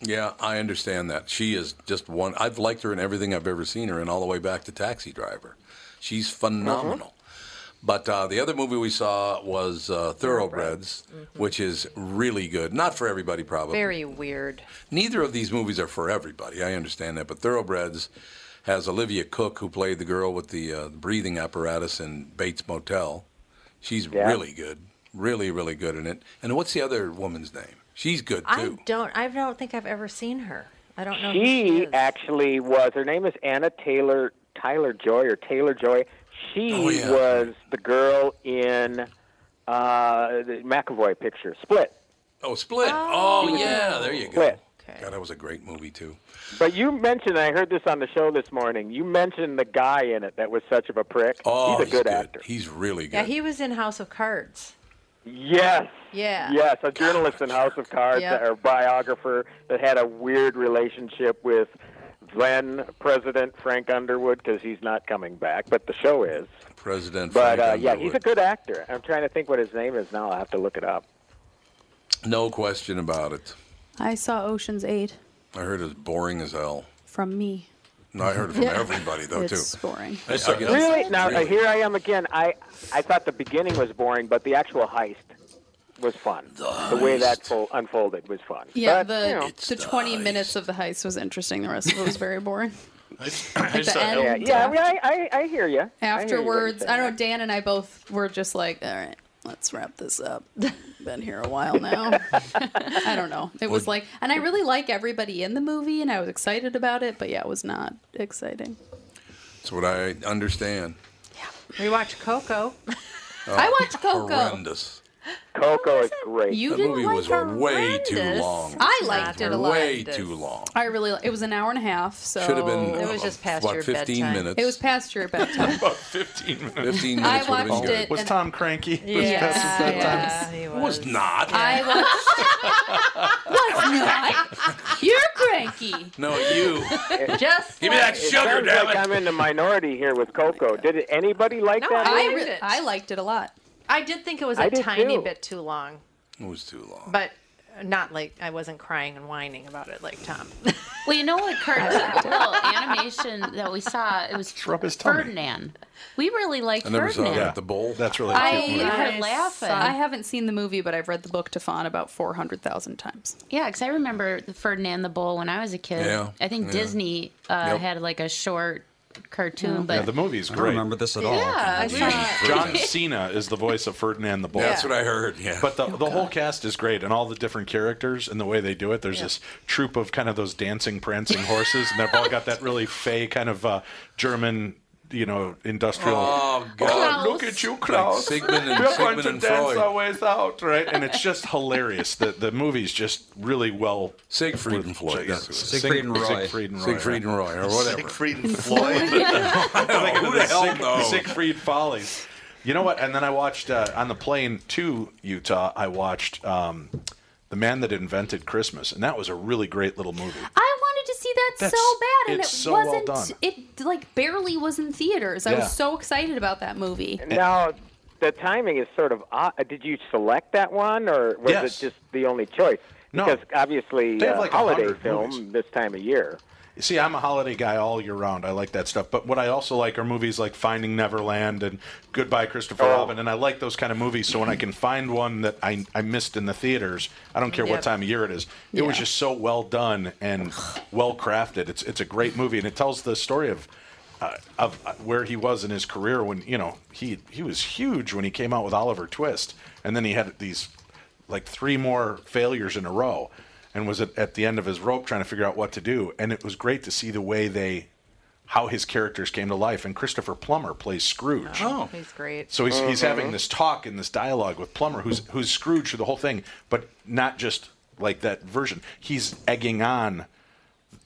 Yeah, I understand that. She is just one. I've liked her in everything I've ever seen her in, all the way back to Taxi Driver. She's
Mm-hmm.
phenomenal. But uh, the other movie we saw was uh, Thoroughbreds, which is really good. Not for everybody, probably.
Very weird.
Neither of these movies are for everybody. I understand that, but Thoroughbreds has Olivia Cook, who played the girl with the uh, breathing apparatus in Bates Motel. She's
Yeah.
really good, really, really good in it. And what's the other woman's name? She's good
I
too.
don't. I don't think I've ever seen her. I don't know. who
She actually was. Her name is Anna Taylor Tyler Joy or Taylor Joy. She
Oh, yeah.
was the girl in uh, the McAvoy picture, Split.
Oh, Split. Oh,
She was in
yeah, there you go.
Split.
God, that was a great movie too.
But you mentioned, I heard this on the show this morning. You mentioned the guy in it that was such of a prick.
Oh,
he's a good, actor.
He's really
Yeah,
good.
he was in House of Cards.
Yes.
Yeah.
Yes, a journalist in House of Cards
Yep.
or biographer that had a weird relationship with then President Frank Underwood because he's not coming back, but the show is.
President.
But
Frank
uh, yeah, he's
Underwood.
a good actor. I'm trying to think what his name is now. I'll have to look it up.
No question about it.
I saw Ocean's Eight
I heard it's boring as hell.
from me.
No, I heard it from
Yeah.
everybody though too.
It's boring.
I saw-
Really? Now uh, here I am again. I I thought the beginning was boring, but the actual heist was fun. The, way that fol- unfolded was fun.
Yeah,
But,
the
you know.
the 20 minutes of the heist was interesting. The rest of it was very
[laughs]
boring. At the end,
yeah, yeah, I, mean, I, I I hear you.
afterwards, I don't know. Dan and I both were just like, all right, let's wrap this up. [laughs] Been here a while now. I don't know. It was
Well-
like, and I really like everybody in the movie, and I was excited about it, but yeah, it was not exciting.
That's what I understand.
We watched Coco.
Oh,
I watched Coco.
Horrendous.
Coco is great.
You
that
didn't
movie
like
was way too
horrendous.
long.
I liked it a lot.
Way too long.
I really, it was an hour and a half, so
Should have been, It was uh, just past about your 15 bedtime. minutes.
It was past your bedtime.
About 15 minutes.
15 minutes
I
would have been
watched
good.
it Was and-
Tom cranky?
Yeah,
[laughs]
yeah,
It was not.
I watched. was not. You're cranky.
No, you.
[laughs] Just
Give
me
that
sugar,
sounds
damn
like I'm in the minority here with Coco. Did anybody like
No,
that?
I
movie?
liked it.
I liked it a lot.
I did think it was
I
a
did
tiny
too.
bit too long,
It was too long.
but not like I wasn't crying and whining about it like Tom.
Well, you know what cartoon little animation that we saw? It was
Rub his tummy.
Ferdinand. We really liked
I never saw
Ferdinand.
that at the bowl.
That's really
I heard laughing.
I haven't seen the movie, but I've read the book to Fawn about 400,000 times.
Yeah, because I remember the Ferdinand the Bull when I was a kid.
Yeah,
I think
yeah.
Disney uh,
Yep.
had like a short cartoon, but
Yeah, the movie's
I
great.
don't remember this at all.
[laughs]
Yeah, I saw-
John Cena is the voice of Ferdinand the Bull.
That's what I heard. Yeah. Oh,
But the, the whole cast is great, and all the different characters and the way they do it. There's this troop of kind of those dancing, prancing horses, and they've all got that really fey kind of uh, German, you know, industrial.
Oh,
"Oh,
God.
look at you, Klaus!
Like Sigmund and-
We're
Sigmund
going to
and
dance
Freud."
our ways out, right? And it's just hilarious. The the movie's just really well.
Siegfried and Floyd.
Yeah,
that's what it is.
Sig- Siegfried and Roy.
Siegfried and Roy, or whatever.
Siegfried
and
[laughs]
Floyd.
Who the hell
Sieg-
knows?
Siegfried Follies. You know what? And then I watched uh, on the plane to Utah. I watched um, the Man That Invented Christmas, and that was a really great little movie.
I wanted to see that so
That's-
bad, and
it's
it
so well
wasn't.
done.
It like barely was in theaters. I
Yeah.
was so excited about that movie.
Now, the timing is sort of odd. Uh, Did you select that one, or was
Yes.
it just the only choice?
No.
Because obviously,
They have
uh,
like a
holiday
hundred
film
movies.
this time of year.
You See, I'm a holiday guy all year round. I like that stuff. But what I also like are movies like Finding Neverland and Goodbye Christopher Robin, and I like those kind of movies. So when I can find one that I, I missed in the theaters, I don't care
Yep.
what time of year it is. It was
Yeah.
just so well done and well crafted. It's it's a great movie, and it tells the story of. Uh, of uh, where he was in his career when you know he he was huge when he came out with Oliver Twist, and then he had these like three more failures in a row and was at, at the end of his rope trying to figure out what to do and it was great to see the way they how his characters came to life and christopher plummer plays scrooge
he's great.
so he's, he's
Mm-hmm.
having this talk and this dialogue with plummer who's who's scrooge through the whole thing but not just like that version he's egging on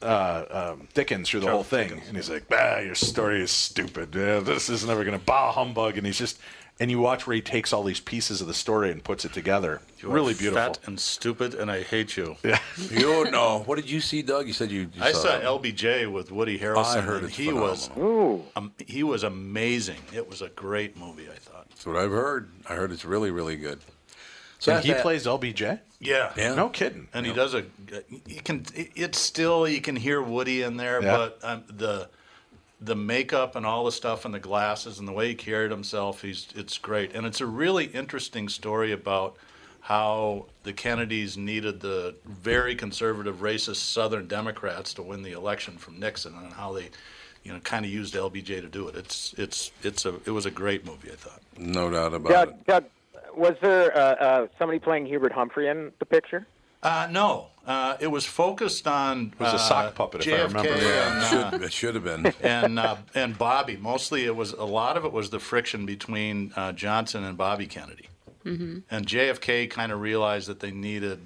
uh, um, Dickens through the whole thing, and he's like, "Bah, your story is stupid. Yeah, this is never going to bah humbug." And he's just, and you watch where he takes all these pieces of the story and puts it together.
are
really beautiful.
fat and stupid, and I hate you.
Yeah.
you know what did you see, Doug? You said you. you
I saw
that.
LBJ with Woody Harrelson.
I heard
and
it's
he was um, he was amazing. It was a great movie. I thought.
That's what I've heard. I heard it's really, really good.
And
that's
he
that.
plays
LBJ.
Yeah.
Yeah.
No kidding.
And he does a. You can. It's still you can hear Woody in there,
Yeah.
but um, the the makeup and all the stuff and the glasses and the way he carried himself, he's it's great. And it's a really interesting story about how the Kennedys needed the very conservative, racist Southern Democrats to win the election from Nixon, and how they, you know, kind of used LBJ to do it. It's it's it's a it was a great movie, I thought.
No doubt about it.
Doug, Doug, was there uh, uh, somebody playing Hubert Humphrey in the picture?
Uh, no, uh, it was focused on. uh, It
was a sock puppet, if I remember right.
Yeah, it should- it should have been.
uh, [laughs] and uh, and Bobby. Mostly, it was a lot of it was the friction between uh, Johnson and Bobby Kennedy.
Mm-hmm.
And JFK kind of realized that they needed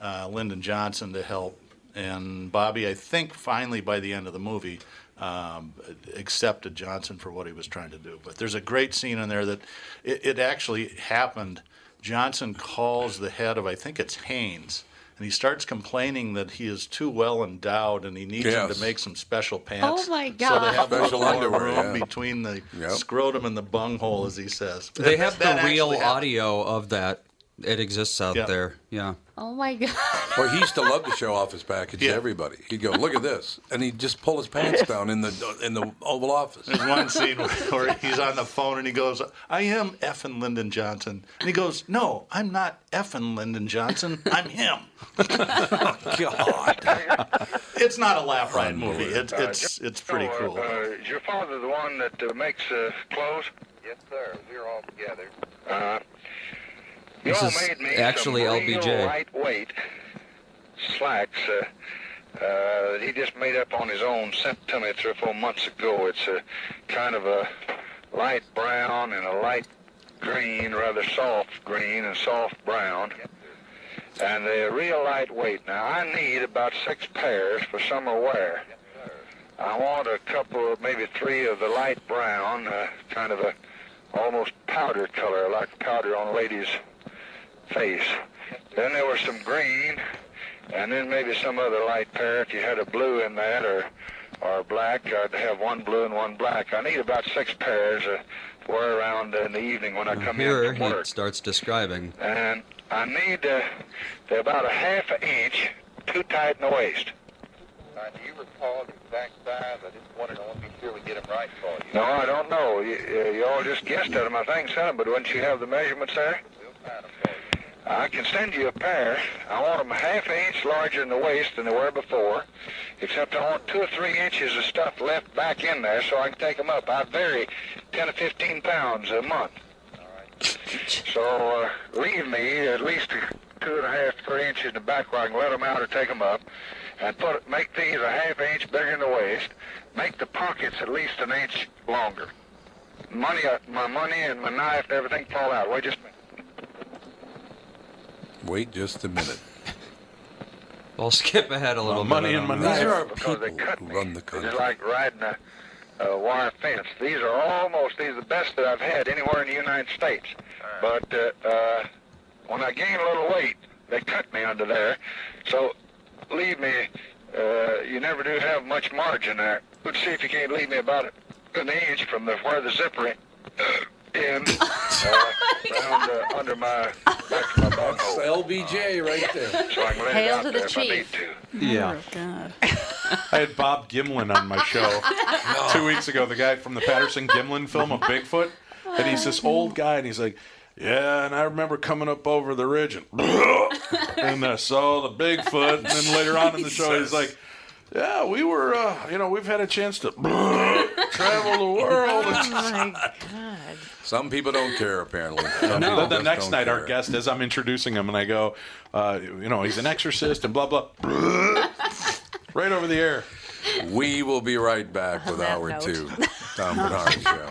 uh, Lyndon Johnson to help. And Bobby, I think, finally by the end of the movie, um, accepted Johnson for what he was trying to do. But there's a great scene in there that it, it actually happened. Johnson calls the head of, I think it's Haynes, and he starts complaining that he is too well endowed and he needs him
Yes.
to make some special pants.
Oh, my
So they
God.
have
Special
special
underwear,
underwear room
yeah.
between the scrotum and the bunghole, as he says.
They have
That
the real
actually happened.
audio of that. It exists out there. Yeah.
Oh
[laughs]
my god.
Well, he used to love to show off his package to everybody. He'd go, "Look at this," and he'd just pull his pants down in the in the Oval Office.
There's one scene where he's on the phone and he goes, I am effing Lyndon Johnson. And he goes, No, I'm not effing Lyndon Johnson. I'm him. Mm-hmm. God. [laughs] It's not a laugh riot movie. It's, it's, it's pretty
so, uh,
cool.
Uh, is your father the one that uh, makes uh, clothes? Yes, sir. We're all together. Uh, you
This
all
is
made me
actually
some
LBJ.
real lightweight slacks. Uh, uh, that he just made up on his own. Sent to me three or four months ago. It's a kind of a light brown and a light green, rather soft green and soft brown. And they're real lightweight. Now I need about six pairs for summer wear. I want a couple, maybe three of the light brown, uh, kind of a almost powder color, like powder on a lady's face. Then there was some green, and then maybe some other light pair. If you had a blue in that or or black, I'd have one blue and one black. I need about six pairs uh, to wear around in the evening when I come
Here
in from
he
work.
starts describing.
And I need uh, they're about a half an inch too tight in the waist.
Uh, do you recall the exact size? I just wanted, I want to be sure we get them right for you.
No, I don't know. You, uh, you all just guessed at them. I think so, but wouldn't you have the measurements there? I can send you a pair. I want them a half inch larger in the waist than they were before, except I want two or three inches of stuff left back in there so I can take them up. I vary 10 to 15 pounds a month. So uh, leave me at least two and a half, three inches in the back where I can let them out or take them up, and put make these a half inch bigger in the waist. Make the pockets at least an inch longer. Money, uh, my money and my knife and everything fall out. Wait just a minute.
Wait just a minute.
I'll skip ahead a little.
money
bit
and my
on
knife.
that.
There are
Because they cut me.
Run the
It's
country.
just like riding a, a wire fence. These are almost these are the best that I've had anywhere in the United States. But uh, uh, when I gain a little weight, they cut me under there. So leave me. Uh, you never do have much margin there. But see if you can't leave me about an inch from the where the zipper ends. Uh, round, uh, under my back to my bunghole.
LBJ right there.
So I can let it out there if I need to.
Oh,
Yeah.
God.
[laughs] I had Bob Gimlin on my show two weeks ago, the guy from the Patterson Gimlin film of Bigfoot. And he's this old guy, and he's like, Yeah, and I remember coming up over the ridge and, [laughs] and I saw the Bigfoot. And then later on in the show, he's like, Yeah, we were, uh, you know, we've had a chance to [laughs] travel the world.
Some people don't
[laughs]
care, apparently. Some
No.
people
The,
just
next
don't
night, our
care.
guest, as I'm introducing him, and I go, uh, you know, he's an exorcist and blah, [laughs] blah, right over the air.
We will be right back with
that
hour
note. [laughs]
two. Tom Bernard Show.